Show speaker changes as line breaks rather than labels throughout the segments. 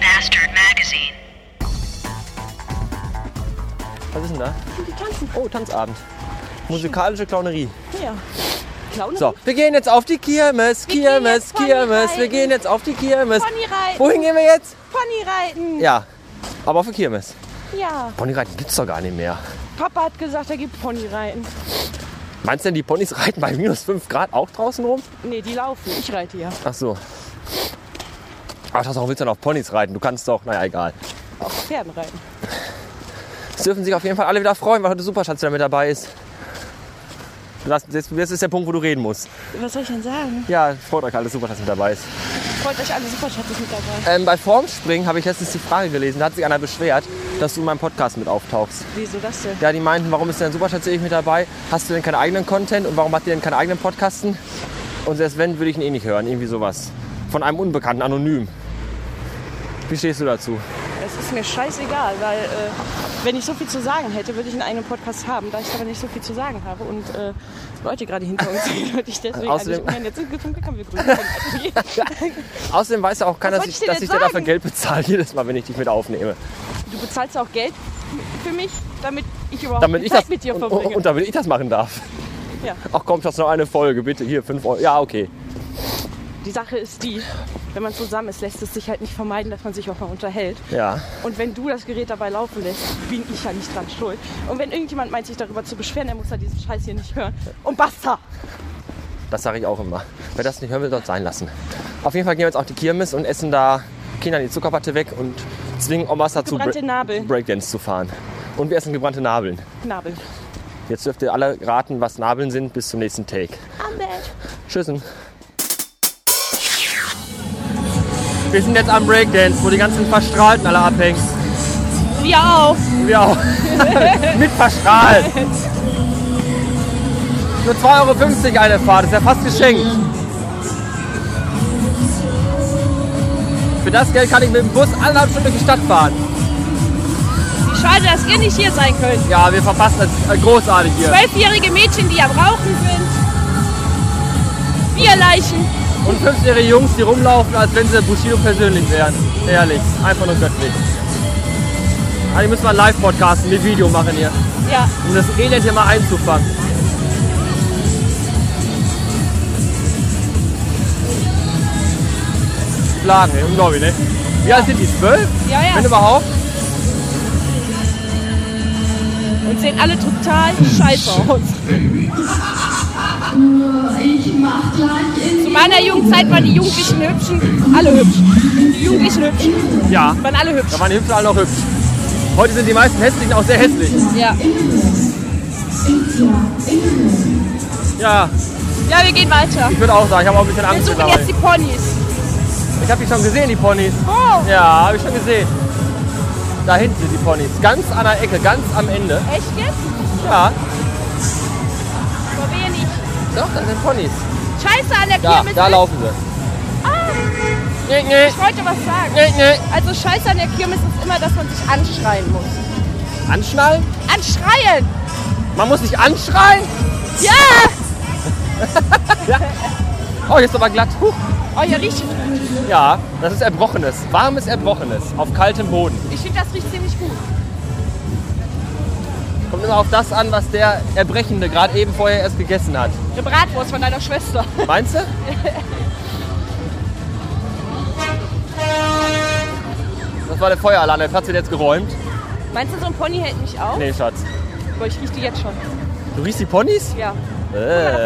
Bastard Magazine.
Was ist denn da?
Die tanzen.
Oh, Tanzabend. Musikalische Clownerie.
Ja. Clown.
So, wir gehen jetzt auf die Kirmes,
Wir gehen
Kirmes,
jetzt Pony
Kirmes.
reiten.
Wir gehen jetzt auf die Kirmes.
Pony reiten.
Wohin gehen wir jetzt?
Pony reiten.
Ja, aber auf die Kirmes.
Ja.
Ponyreiten gibt's doch gar nicht mehr.
Papa hat gesagt, er gibt Pony reiten.
Meinst du denn, die Ponys reiten bei minus 5 Grad auch draußen rum?
Nee, die laufen. Ich reite ja.
Ach so. Ach, das willst du dann auf Ponys reiten. Du kannst doch, naja, egal.
Auch Pferden reiten.
Es dürfen sich auf jeden Fall alle wieder freuen, weil heute Superschatz wieder mit dabei ist. Das, das, das ist der Punkt, wo du reden musst.
Was soll ich denn sagen?
Ja, freut euch alle, dass Superschatz mit dabei ist.
Freut euch alle super, Schatz ist mit dabei.
Ähm, bei Formspringen habe ich letztens die Frage gelesen, da hat sich einer beschwert, dass du in meinem Podcast mit auftauchst.
Wieso das denn?
Ja, die meinten, warum ist denn Superschatz ewig mit dabei? Hast du denn keinen eigenen Content und warum habt ihr denn keinen eigenen Podcasten? Und selbst wenn, würde ich ihn eh nicht hören, irgendwie sowas. Von einem Unbekannten, anonym. Wie stehst du dazu?
Es ist mir scheißegal, weil äh, wenn ich so viel zu sagen hätte, würde ich einen eigenen Podcast haben. Da ich aber nicht so viel zu sagen habe und äh, Leute gerade hinter uns sind, würde ich deswegen
Außerdem-
eigentlich ungern jetzt zum Glück haben wir grünen
Außerdem weiß ja auch keiner, dass
wollte
ich,
ich dir
dass
denn
ich dir dafür
sagen?
Geld bezahle, jedes Mal, wenn ich dich mit aufnehme.
Du bezahlst auch Geld für mich, damit ich überhaupt
Damit
die
ich
Zeit
das,
mit dir
und,
verbringe.
und damit ich das machen darf.
ja.
Ach komm, das ist noch eine Folge, bitte. Hier, 5 Euro. Ja, okay.
Die Sache ist die, wenn man zusammen ist, lässt es sich halt nicht vermeiden, dass man sich auch mal unterhält.
Ja.
Und wenn du das Gerät dabei laufen lässt, bin ich ja nicht dran schuld. Und wenn irgendjemand meint, sich darüber zu beschweren, der muss ja diesen Scheiß hier nicht hören. Und basta!
Das sage ich auch immer. Wer das nicht hören will, dort sein lassen. Auf jeden Fall gehen wir jetzt auf die Kirmes und essen da Kindern die Zuckerwatte weg und zwingen Omas dazu,
Gebrannte Nabeln.
Breakdance zu fahren. Und wir essen gebrannte Nabeln.
Nabel.
Jetzt dürft ihr alle raten, was Nabeln sind. Bis zum nächsten Take. Tschüssen. Wir sind jetzt am Breakdance, wo die ganzen Verstrahlten alle abhängen.
Wir auch!
Wir auch. Mit verstrahlt. Nur 2,50 Euro eine Fahrt, ist ja fast geschenkt. Für das Geld kann ich mit dem Bus anderthalb Stunden durch die Stadt fahren.
Wie schade, dass ihr nicht hier sein könnt.
Ja, wir verpassen das äh, großartig hier.
Zwölfjährige Mädchen, die am Rauchen sind. Bierleichen.
Und 15-jährige Jungs, die rumlaufen, als wenn sie Bushido persönlich wären. Ehrlich, einfach nur göttlich. Eigentlich müssen wir einen Live-Podcast, ein Video machen hier.
Ja.
Um das Elend hier mal einzufangen. Schlagen, ey, unglaublich, ne? Wie alt sind die? Zwölf?
Ja, ja.
Wenn überhaupt?
Und sehen alle total scheiße aus. Zu meiner Jugendzeit waren die Jugendlichen hübschen, alle hübsch. Die Jugendlichen hübschen,
Ja.
waren alle hübsch.
Da waren die Hübschen alle noch hübsch. Heute sind die meisten Hässlichen auch sehr hässlich.
Ja.
Ja,
ja, wir gehen weiter.
ich würde auch sagen, ich habe auch ein bisschen
Wir
Angst
suchen jetzt
mittlerweile.
die Ponys.
Ich habe die schon gesehen, die Ponys.
Oh,
Ja, habe ich schon gesehen. Da hinten sind die Ponys. Ganz an der Ecke, ganz am Ende.
echt jetzt?
Ja,
Aber wir nicht.
doch, da sind Ponys.
Scheiße an der
Da,
Kirmes.
da
ist-
laufen sie. Nee, nee,
Ich wollte was sagen.
nee, nee.
Also Scheiße an der Kirmes ist immer, dass man sich anschreien muss.
Anschnallen?
Anschreien!
Man muss nicht anschreien?
Ja!
Oh, jetzt aber glatt. Huch.
Oh, hier riecht.
Ja, das ist Erbrochenes. Warmes Erbrochenes auf kaltem Boden.
Ich finde, das riecht ziemlich gut.
Kommt immer auf das an, was der Erbrechende gerade eben vorher erst gegessen hat.
Eine Bratwurst von deiner Schwester.
Meinst du? Das war der Feueralarm, der Platz wird jetzt geräumt.
Meinst du, so ein Pony hält mich auf?
Nee, Schatz.
Boah, ich rieche die jetzt schon.
Du riechst die Ponys?
Ja. Da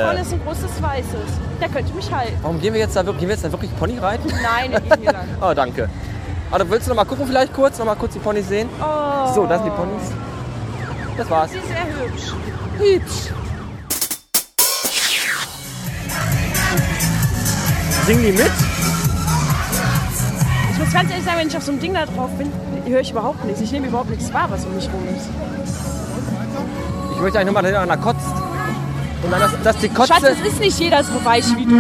vorne
Äh.
ist ein großes Weißes. Der könnte mich halten.
Warum gehen wir jetzt da wirklich, gehen wir jetzt da wirklich Pony reiten?
Nein, wir gehen hier lang.
Oh, danke. Aber willst du noch mal gucken vielleicht kurz, noch mal kurz die Ponys sehen?
Oh,
So, das sind die Ponys. Das war's.
sie ist sehr hübsch.
Hübsch. Singen die mit?
Ich muss ganz ehrlich sagen, wenn ich auf so einem Ding da drauf bin, höre ich überhaupt nichts. Ich nehme überhaupt nichts wahr, was um mich rum ist.
Ich möchte eigentlich nur mal, dass einer kotzt. Und dann, dass, dass die Kotze...
Schatz, es ist nicht jeder so weich wie du.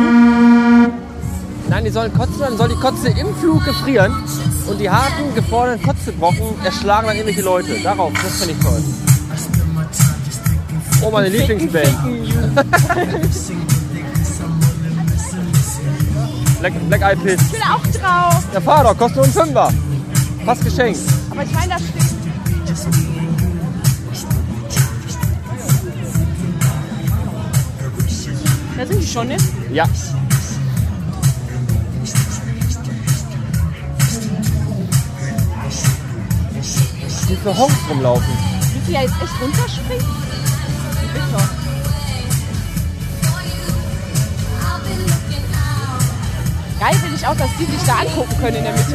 Nein, die sollen kotzen, dann soll die Kotze im Flug gefrieren und die harten, gefrorenen Kotzebrocken erschlagen dann irgendwelche Leute. Darauf, das finde ich toll. Oh, meine Lieblingsband. Black, Black Eyed Peas.
Ich bin auch drauf.
Ja, fahr doch, kostet nur einen Fünfer. Fast geschenkt.
Aber ich meine, das steht.
Da sind die schon, ne?
Ja. Die für Honks rumlaufen.
Wie die ja jetzt echt runterspringt? Geil finde ich auch, dass die sich da angucken können in der Mitte.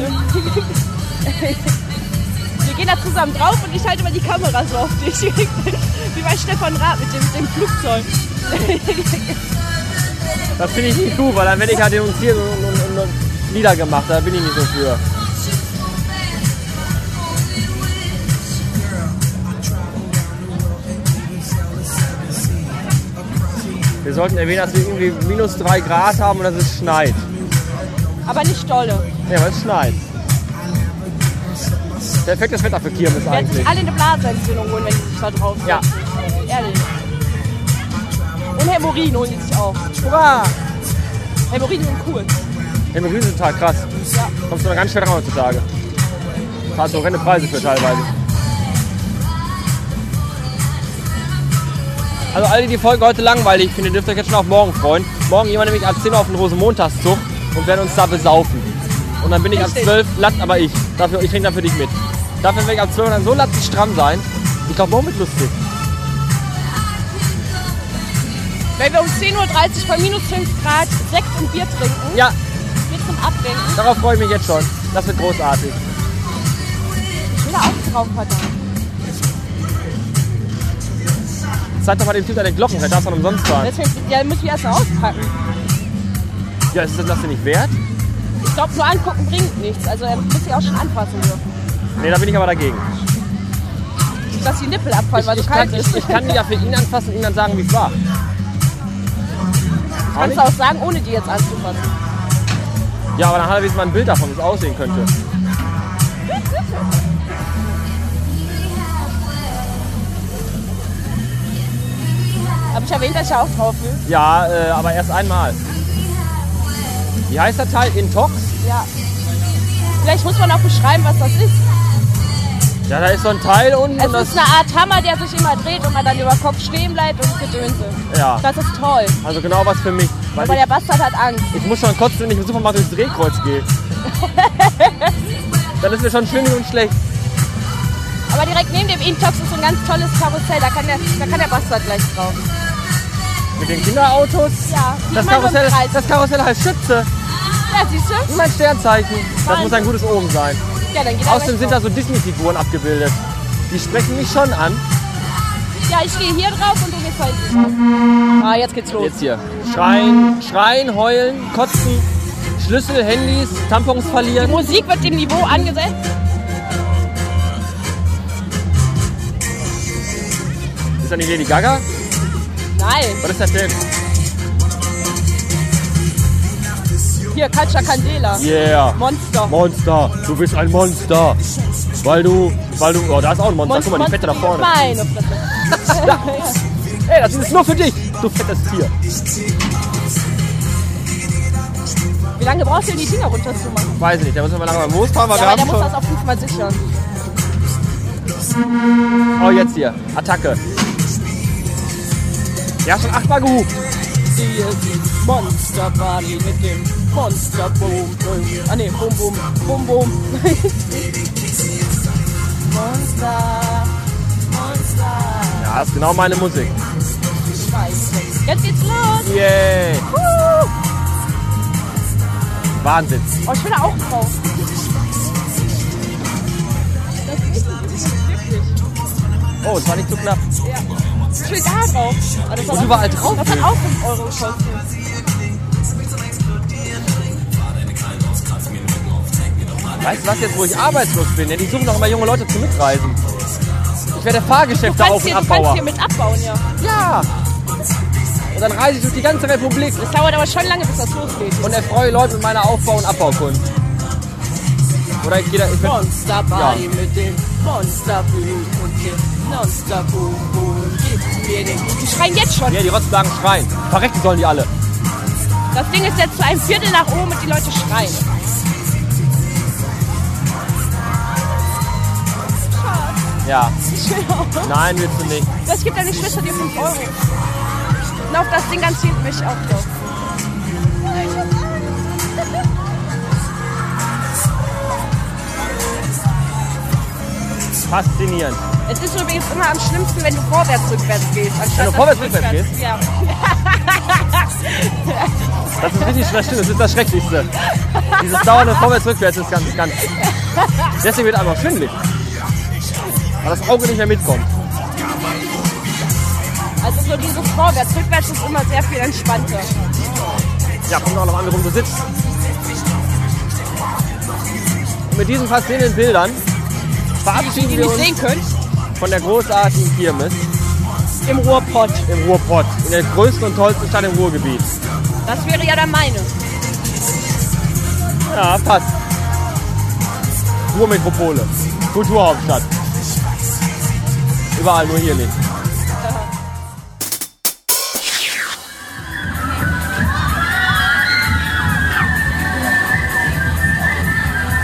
Wir gehen da zusammen drauf und ich halte mal die Kamera so auf dich. Wie bei Stefan Raab mit dem, mit dem Flugzeug.
Das finde ich nicht gut, weil dann werde ich ja denunziert und, und, und, und niedergemacht. Da bin ich nicht so für. Wir sollten erwähnen, dass wir irgendwie minus 3 Grad haben und dass es schneit.
Aber nicht dolle.
Ja, weil es schneit. Perfektes Wetter für Kirmes
Die werden
eigentlich.
sich alle eine Blasenentzündung holen, wenn die sich da drauf
Ja.
setzen. Ehrlich. Und Hämorrhoiden holen die sich auch.
Hurra!
Hämorrhoiden sind cool.
Hämorrhoiden sind total krass.
Ja.
Kommst du noch ganz schwer dran heutzutage. Zahlst du horrende Preise für teilweise. Also alle, die die Folge heute langweilig finden, dürft ihr euch jetzt schon auf morgen freuen. Morgen gehen wir nämlich ab 10 Uhr auf den Rosenmontagszug und werden uns da besaufen. Und dann bin ich ab 12 Latt, aber ich. Dafür, ich trinke dafür dich mit. Dafür werde ich ab 12 Uhr dann so lattenstramm sein. Ich glaube, morgen wird lustig.
Wenn wir um 10.30 Uhr bei minus 5 Grad Sekt und Bier trinken,
Ja,
geht zum Abdenken.
darauf freue ich mich jetzt schon. Das wird großartig.
Ich will da auch drauf verdammt.
Zeig doch mal dem Typ deine Glocken, der darf man umsonst fahren.
Deswegen ja, müssen wir erst mal auspacken.
Ja, ist das das denn nicht wert?
Ich glaube, nur angucken bringt nichts. Also er muss sich auch schon anfassen dürfen.
Nee, da bin ich aber dagegen.
Dass die Nippel abfallen, weil so
ich,
kalt
kann, ich,
ist.
ich kann die ja für ihn anfassen und ihm dann sagen, wie es war.
Kannst du auch sagen, ohne die jetzt anzufassen.
Ja, aber dann hat er wenigstens mal ein Bild davon, wie es aussehen könnte.
Habe ich erwähnt, dass ich da auch drauf will?
Ja, äh, aber erst einmal. Wie heißt der Teil? Intox?
Ja. Vielleicht muss man auch beschreiben, was das ist.
Ja, da ist so ein Teil unten
Es
und das.
ist eine Art Hammer, der sich immer dreht und man dann über Kopf stehen bleibt und Gedönse.
Ja,
Das ist toll.
also genau was für mich. Weil
Aber
ich,
der Bastard hat Angst.
ich muss schon kotzen, wenn ich im Supermarkt durchs Drehkreuz gehe. dann ist mir schon schwindelig und schlecht.
Aber direkt neben dem Intox ist so ein ganz tolles Karussell. Da kann der, da kann der Bastard gleich drauf.
Mit den Kinderautos.
Ja, sieht
Das
man so im
Karussell,
Kreis.
das Karussell heißt Schütze.
Ja, siehst du?
Mein Sternzeichen. Das muss ein gutes Omen sein.
Ja, dann geht er
Außerdem
gleich
sind da
drauf.
so Disney-Figuren abgebildet. Die sprechen mich schon an.
Ja, ich gehe hier drauf und du gehst halt hier drauf. Ah, jetzt geht's los.
Jetzt hier. Schreien, schreien, heulen, kotzen, Schlüssel, Handys, Tampons
Die
verlieren.
Musik wird dem Niveau angesetzt.
Ist das nicht Lady Gaga?
Nein,
Was ist das denn?
hier, Katja Candela.
Yeah.
Monster.
Monster. Du bist ein Monster. Weil du, weil du, oh, da ist auch ein Monster. Guck mal, die Fette da vorne.
Meine Fresse.
Ey, das ist nur für dich, du fettes Tier.
Wie lange brauchst du denn die Dinger runterzumachen?
Weiß ich nicht, da müssen wir mal lange beim Moos fahren, weil
Ja,
wir
aber der
haben
muss
schon...
das auch fünfmal sichern.
Oh, jetzt hier. Attacke. Ja, schon achtmal gehupt.
Hier sind Monsterparty mit dem Monsterboom. Ah ne, Boom Boom, Boom Boom. Monster, Monster.
Ja, das ist genau meine Musik.
Jetzt geht's los.
Yay. Wahnsinn.
Oh, ich will da auch drauf.
Oh, es war nicht zu knapp.
Ich will da drauf. Aber das hat auch-
überall drauf
Das hat
will.
auch 5 Euro gekostet.
Weißt du was jetzt, wo ich arbeitslos bin? Denn ich suche noch immer junge Leute zum Mitreisen. Ich werde Fahrgeschäfte auf
Kannst
und
hier, du kannst
Abbauer.
hier mit abbauen, ja.
Ja! Und dann reise ich durch die ganze Republik
Das dauert aber schon lange, bis das losgeht.
und erfreue Leute mit meiner Aufbau- und Abbaukunst. Oder ich gehe da. Ich bin,
Monsterparty mit dem Monsterboom. Und hier Monsterboom, Boom.
diejenigen. Die schreien jetzt schon.
Ja, die Rotzlagen schreien. Verrecken sollen die alle.
Das Ding ist jetzt zu einem Viertel nach oben und die Leute schreien.
Ja.
Genau.
Nein, willst du nicht.
Das gibt deine Schwester dir 5 Euro. Und auf das Ding ganz hinten mich auch drauf.
Faszinierend.
Es ist übrigens immer am schlimmsten, wenn du vorwärts rückwärts gehst.
Wenn
Anstatt
du
dass
vorwärts, rückwärts gehst?
Ja.
Das ist richtig schlecht. Das ist das Schrecklichste. Dieses dauernde Vorwärts, rückwärts ist ganz, ganz. Deswegen wird einfach schwindelig. Weil das Auge nicht mehr mitkommt.
Also so dieses vorwärts rückwärts ist immer sehr viel entspannter.
Ja, kommt auch noch an, warum du sitzt. Und mit diesen faszinierenden Bildern verabschieden
Die
wir
nicht
uns
sehen könnt
von der großartigen Kirmes
im Ruhrpott.
im Ruhrpott, in der größten und tollsten Stadt im Ruhrgebiet.
Das wäre ja dann meine.
Ja, passt. Ruhrmetropole, Kulturhauptstadt. Überall, nur hier nicht.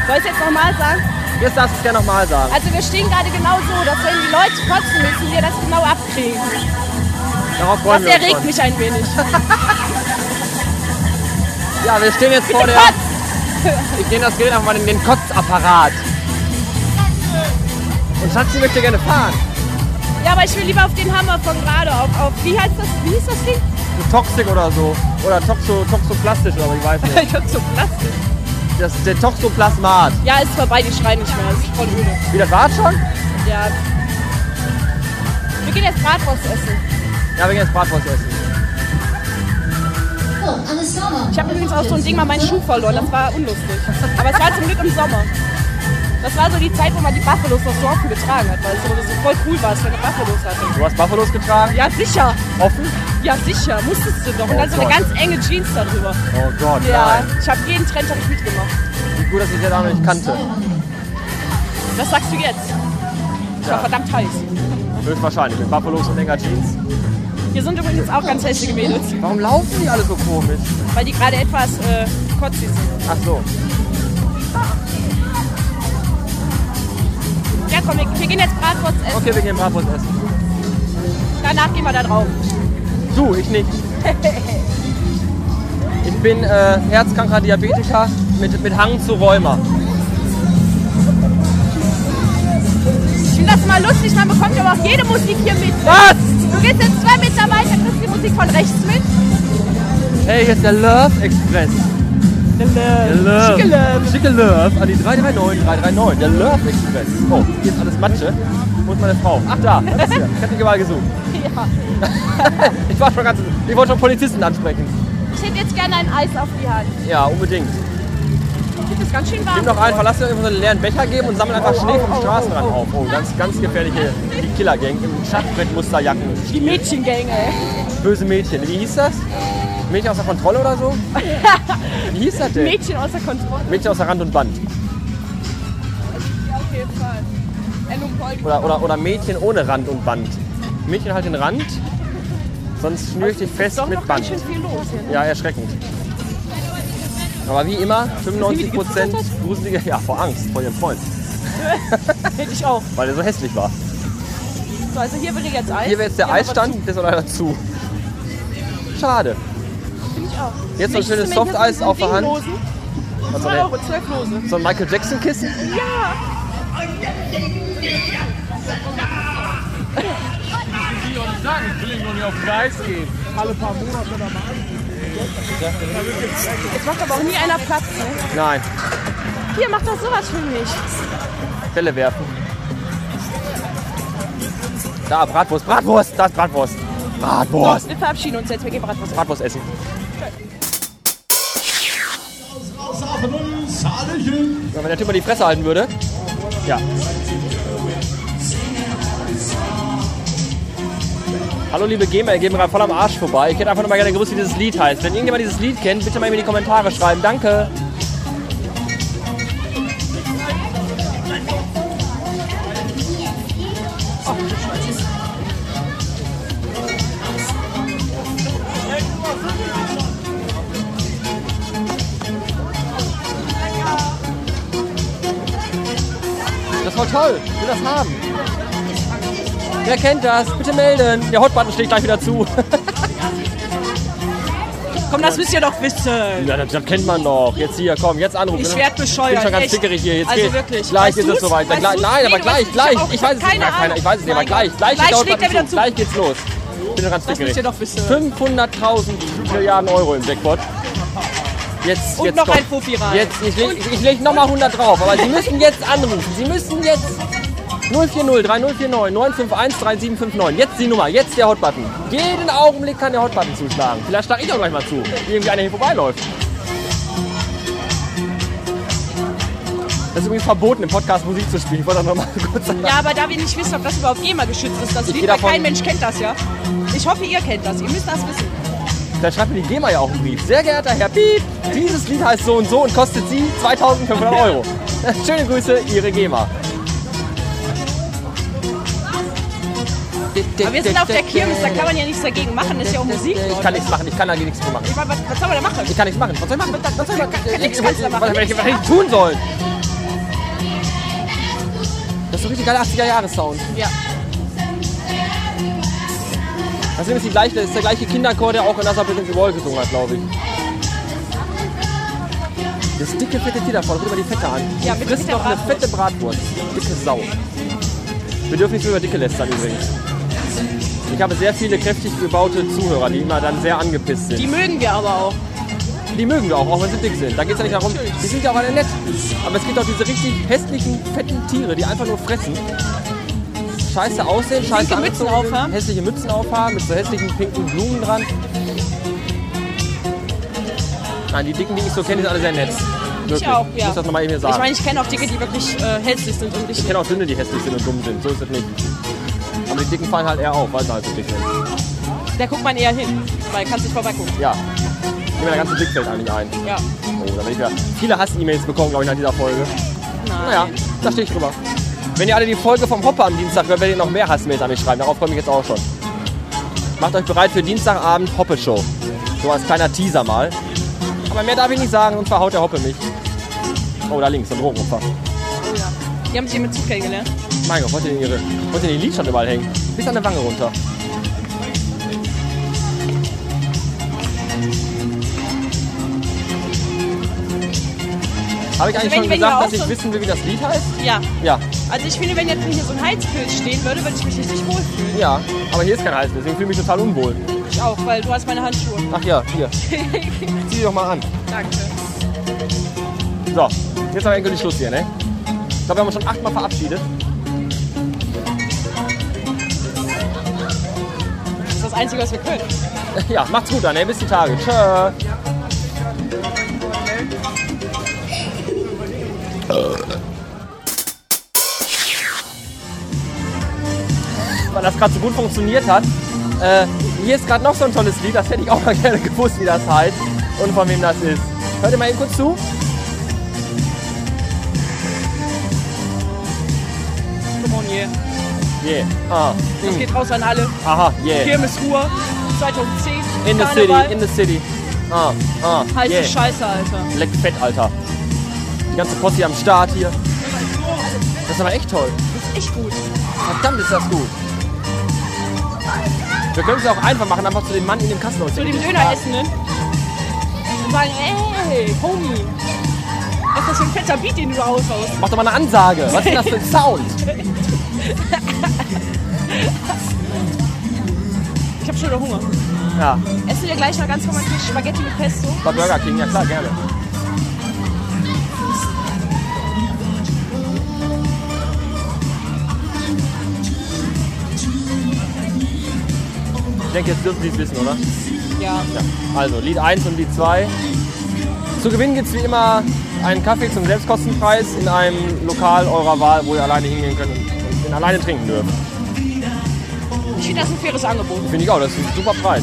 Soll ich es jetzt nochmal sagen?
Jetzt darfst du es gerne nochmal sagen.
Also wir stehen gerade genau so, dass wenn die Leute kotzen müssen, wir das genau abkriegen.
Darauf
Das
freuen wir uns
erregt
schon.
mich ein wenig.
Ja, wir stehen jetzt vor der... Ich nehme das Gerät einfach mal in den Kotzapparat. Und Schatzi möchte gerne fahren.
Ja, aber ich will lieber auf den Hammer von gerade auf, auf wie heißt das? Wie hieß das Ding?
Toxik oder so. Oder toxo, toxoplastisch oder so, ich weiß nicht.
Ich hab so Plastik.
Das, der Toxoplasmat.
Ja, ist vorbei, die schreien nicht mehr. Das ist voll öde.
Wie, das war's schon?
Ja. Wir gehen jetzt Bratwurst essen.
Ja, wir gehen jetzt Bratwurst essen.
Ich habe übrigens auch so ein Ding mal meinen Schuh verloren. Das war unlustig. Aber es war zum Glück im Sommer. Das war so die Zeit, wo man die Buffalos noch so offen getragen hat, weil es so, so voll cool war, dass man eine Buffalos hatte.
Du hast Buffalos getragen?
Ja, sicher.
Offen?
Ja, sicher. Musstest du doch. Und
Oh
dann so eine
Gott.
ganz enge Jeans darüber.
Oh Gott,
Ja,
nein.
ich habe jeden Trend hab ich mitgemacht.
Gut, dass ich den auch noch nicht kannte.
Das sagst du jetzt. Ich war
Ja.
verdammt heiß.
Höchstwahrscheinlich. Mit Buffalos und enger Jeans.
Hier sind übrigens auch ganz hässliche Mädels,
Warum laufen die alle so komisch?
weil die gerade etwas äh, kotzig sind.
Ach so.
Ja, komm, wir, wir gehen jetzt Bratwurst essen.
Okay, wir gehen Bratwurst essen.
Danach gehen wir da drauf.
Du, ich nicht. Ich bin äh, herzkranker Diabetiker mit, mit Hang zu Rheuma.
Ich finde das immer lustig, man bekommt aber auch jede Musik hier mit.
Was?
Du gehst jetzt zwei Meter weiter, kriegst die Musik von rechts mit.
Hey, hier ist der Love Express. Der Love. Schicke Love. Schicke Love. An die 339, 339. Der Love Express. Oh, hier ist alles Matsche. Und meine Frau. Ach da, das ist sie. Ich hab die mal gesucht.
Ja.
Ich war schon ganz... Ich wollte schon Polizisten ansprechen.
Ich hätte jetzt gerne ein Eis auf die Hand.
Ja, unbedingt.
Das ist ganz schön warm.
Nimm doch einfach, lass dir einfach so einen leeren Becher geben und sammel einfach Schnee vom Straßenrand auf. Oh, ganz, ganz gefährliche Killergang im Schachbrettmusterjacken.
Die Mädchengang, ey.
Böse Mädchen. Wie hieß das? Mädchen außer Kontrolle oder so? Wie hieß das denn?
Mädchen außer Kontrolle.
Mädchen außer Rand und Band.
Ja, auf jeden Fall. Endung Folge.
Oder, oder, oder Mädchen ohne Rand und Band. Mädchen halt den Rand, sonst schnür ich dich fest
Doch
mit
noch ganz
Band.
schön viel los hier.
Ja, erschreckend. Aber wie immer, 95% gruselige, ja, vor Angst, vor ihrem Freund,
Hätte ich auch.
weil er so hässlich war.
So, also hier wäre jetzt Eis.
Hier wäre jetzt der
Hier haben wir
Eisstand, der ist auch leider zu. Schade.
Finde ich auch.
Jetzt so ein schönes
Nichts zu merken,
Softeis
hier sind
auf der Hand.
Dinglosen.
Also
2
der,
Euro, 12 Lose.
so ein Michael Jackson Kissen?
Jetzt macht aber auch nie einer Platz. Ne?
Nein,
Hier, macht doch sowas für mich.
Bälle werfen. Da, Bratwurst, Bratwurst, da ist Bratwurst. Bratwurst.
Wir verabschieden uns jetzt, wir gehen Bratwurst.
Bratwurst essen. Ja, wenn der Typ mal die Fresse halten würde. Ja. Hallo liebe Gamer, ihr geht mir gerade voll am Arsch vorbei. Ich hätte einfach nur mal gerne gewusst, wie dieses Lied heißt. Wenn irgendjemand dieses Lied kennt, bitte mal in die Kommentare schreiben. Danke. Voll toll. Will das haben. Wer kennt das? Bitte melden. Der Hotbutton steht gleich wieder zu.
Komm, das müsst ihr doch wissen.
Ja, das, das kennt man doch. Jetzt hier, komm, jetzt anrufen.
Ich
ne?
werd bescheuert,
Bin schon ganz
echt.
schickerig hier. Jetzt
Also
geht.
wirklich.
Gleich
Weißt
ist es
du's?
soweit.
Weißt
Gleich,
du's?
nein,
Nee,
aber
du
gleich,
weißt
gleich.
es nicht.
Ich weiß es nicht.
Keine
Nein, keiner.
Ahnung.
Ich weiß es nicht, aber
Mein
gleich.
Gott.
Gleich,
Gleich
geht der
schlägt
Hotbutton
er wieder
zu.
zu.
Gleich geht's los. Bin schon ganz
Das müsst
schickerig.
ihr doch wissen.
500.000 Milliarden Euro im Jackpot. Jetzt,
Und
jetzt
noch
kommt.
ein Fuffi rein.
Jetzt, ich leg, ich leg nochmal 100 drauf, aber Sie müssen jetzt anrufen. Sie müssen jetzt 040 3049 951 3759. Jetzt die Nummer, jetzt der Hotbutton. Jeden Augenblick kann der Hotbutton zuschlagen. Vielleicht schlage ich auch gleich mal zu, wie irgendwie einer hier vorbeiläuft. Das ist übrigens verboten, im Podcast Musik zu spielen. Ich wollte das nochmal kurz sagen.
Ja, aber da wir nicht wissen, ob das überhaupt jemals geschützt ist, das
geh
Lied, weil
davon-
kein Mensch kennt das ja. Ich hoffe, ihr kennt das. Ihr müsst das wissen.
Da schreibt mir die GEMA ja auch einen Brief. Sehr geehrter Herr Piep, dieses Lied heißt so und so und kostet Sie 2500 Euro. Schöne Grüße, Ihre GEMA.
Aber wir sind auf der Kirmes, da kann man ja nichts dagegen machen. Ist ja auch Musik.
Ich
dort.
kann nichts machen, ich kann dagegen nichts mehr machen.
Ich meine, was, was soll man da machen?
Ich kann nichts machen. Was soll ich machen? Was soll ich machen?
Kann nichts kannst du machen.
Was hätte ich, was hätte ich tun sollen? Das ist so richtig geiler 80er-Jahres-Sound.
Ja.
Das ist, nämlich die gleiche, das ist der gleiche Kinderchor, der auch in Asserbild in die Wall gesungen hat, glaube ich. Das dicke, fette Tier da vorne, guck dir mal die Fette an.
Ja,
Die
mit
frisst
dicker
noch eine
Bratwurst.
fette Bratwurst. Dicke Sau. Wir dürfen nicht mehr über Dicke lästern übrigens. Ich habe sehr viele kräftig gebaute Zuhörer, die immer dann sehr angepisst sind.
Die mögen wir aber auch.
Die mögen wir auch, auch wenn sie dick sind. Da geht es ja nicht darum, die sind ja auch alle nett. Aber es gibt auch diese richtig hässlichen, fetten Tiere, die einfach nur fressen. Scheiße aussehen, scheiße
Pinke Mützen
angezogen sind,
aufhaben.
hässliche Mützen aufhaben, mit so hässlichen pinken Blumen dran. Nein, die Dicken, die ich so kenne, die sind alle sehr nett. Wirklich.
auch,
Ich
ja.
muss das nochmal eben hier sagen.
Ich meine, ich kenne auch Dicke, die wirklich äh, hässlich sind und ich.
Ich kenne auch Dünne, die hässlich sind und dumm sind. So ist das nicht. Aber die Dicken fallen halt eher auf, weil sie halt so dick sind.
Da guckt man eher hin. Weil kannst nicht vorbeigucken.
Ja. Nehmen wir der ganze Dickfeld eigentlich ein.
Ja.
Oh, da bin ich wieder. Viele Hass-E-Mails bekommen, glaube ich, nach dieser Folge. Naja, da stehe ich drüber. Wenn ihr alle die Folge vom Hopper am Dienstag hört, werdet ihr noch mehr Hassmails an mich schreiben. Darauf freue ich mich jetzt auch schon. Macht euch bereit für Dienstagabend Hoppe-Show. So als kleiner Teaser mal. Aber mehr darf ich nicht sagen, sonst verhaut der Hoppe mich. Oh, da links, der Drogenopfer.
Die haben sich hier mit Zug kennengelernt.
Mein Gott, wollt ihr denn ihre, wollt ihr den Lied schon überall hängen? Bis an der Wange runter. Habe ich eigentlich
Also wenn-
schon
wenn ihr
gesagt,
auch
dass ich
so-
wissen will, wie das Lied heißt?
Ja.
Ja,
Also ich finde, wenn jetzt hier so ein Heizpilz stehen würde, würde ich mich richtig wohlfühlen.
ja. Aber hier ist kein Hals, deswegen fühle ich mich total unwohl.
Ich auch, weil du hast meine Handschuhe.
Ach ja, hier. Zieh die doch mal an.
Danke.
So, jetzt haben wir endgültig Schluss hier, ne? Ich glaube, wir haben uns schon achtmal verabschiedet.
Das ist das Einzige, was wir können.
Ja, macht's gut dann, ey. Bis die Tage. Tschö. Weil das gerade so gut funktioniert hat. Äh, hier ist gerade noch so ein tolles Lied, das hätte ich auch mal gerne gewusst, wie das heißt und von wem das ist. Hört ihr mal eben kurz zu?
Come on, yeah.
Yeah. Ah.
Das geht raus an alle.
Aha, yeah.
Kirmes Ruhr 2010.
In the city,
Karneval.
in the city. Ah, ah.
Heiße
yeah.
Scheiße, Alter.
Leck fett, Alter. Die ganze Posse hier am Start hier. Das ist aber echt toll.
Echt gut.
Verdammt ist das gut. Wir können es auch einfach machen, einfach zu dem Mann in dem Kasten
Zu dem Döneressenden. Und ne? sagen, ey, Homie. Was ist das für ein fetter Beat, den du da raushaust?
Mach doch mal eine Ansage. Was ist denn das für ein Sound?
Ich hab schon wieder Hunger.
Ja,
Essen wir gleich noch ganz romantisch Spaghetti mit Pesto?
bei Burger King, ja klar, gerne. Ich denke, jetzt dürfen Sie es wissen, oder?
Ja.
Ja, also Lied 1 und Lied 2. Zu gewinnen gibt es wie immer einen Kaffee zum Selbstkostenpreis in einem Lokal eurer Wahl, wo ihr alleine hingehen könnt und ihn alleine trinken dürft.
Ich finde das ein faires Angebot.
Finde ich auch, das ist ein super Preis.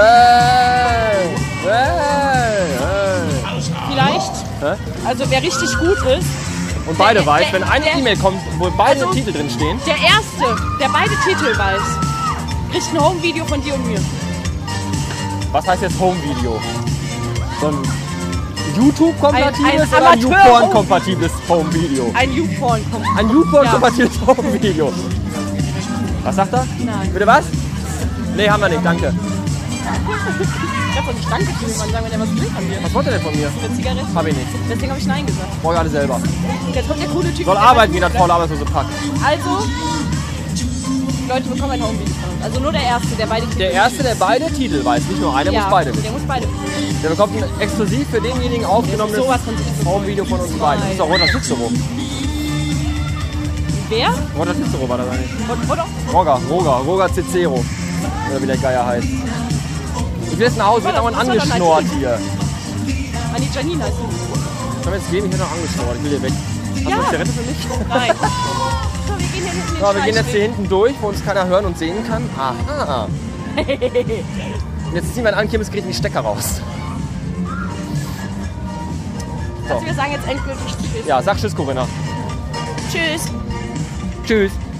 Hey, hey,
Vielleicht.
hey. Hä?
Also wer richtig gut ist,
Und beide
Der-
weiß,
der-
wenn eine
der-
E-Mail kommt, wo beide
Also-
Titel drin stehen,
der Erste, der beide Titel weiß, kriegt ein Home-Video von dir und mir.
was heißt jetzt Home Video? So ein YouTube kompatibles
ein
oder ein
Amateur-
YouPorn kompatibles Home Video?
Ein YouPorn kommt.
Ein YouPorn kompatibles Home Video. Was sagt er? Nein. Bitte was? Nee, haben wir nicht, danke.
Ich hab von Stank gegeben, man sagen, wenn er was will von mir.
Was wollt ihr denn von mir?
Eine Zigarette.
Hab ich nicht.
Deswegen habe ich Nein gesagt.
Brauche ich alles selber.
Jetzt kommt der coole Typ.
Soll
der
arbeiten wie
meint,
das faule Arbeitslose Pack.
Also, die Leute bekommen ein Homevideo von uns. Also nur der Erste, der beide
Der erste, der beide Titel weiß, nicht nur einer,
ja,
muss beide wissen.
Der muss beide wissen.
Der bekommt ein exklusiv für denjenigen aufgenommenes
Sowas von sich.
Home-Video von uns beiden. Das ist doch Roger Schlitzerow.
Wer?
Roger Schlitzerow war das eigentlich.
Und, oder?
Roger, Roger, Roger Cicero. Oder wie der Geier heißt. Ich will jetzt nach Hause, wird
Ja,
dauernd
das ist doch
angeschnurrt
nice.
hier.
An die Janina ist die.
Ich kann jetzt gehen, ich werde noch angeschnurrt. Ich will hier weg. Hast du eine Zigarette für mich?
Nein. so, wir gehen hier hinten in den
So, wir gehen jetzt hier
Schreibtisch.
hinten durch, wo uns keiner hören und sehen kann. Aha. Und jetzt ist niemand an, Kim, es kriegt den Stecker raus.
Also Wir sagen jetzt endgültig Tschüss.
Ja, sag Tschüss, Corinna.
Tschüss.
Tschüss.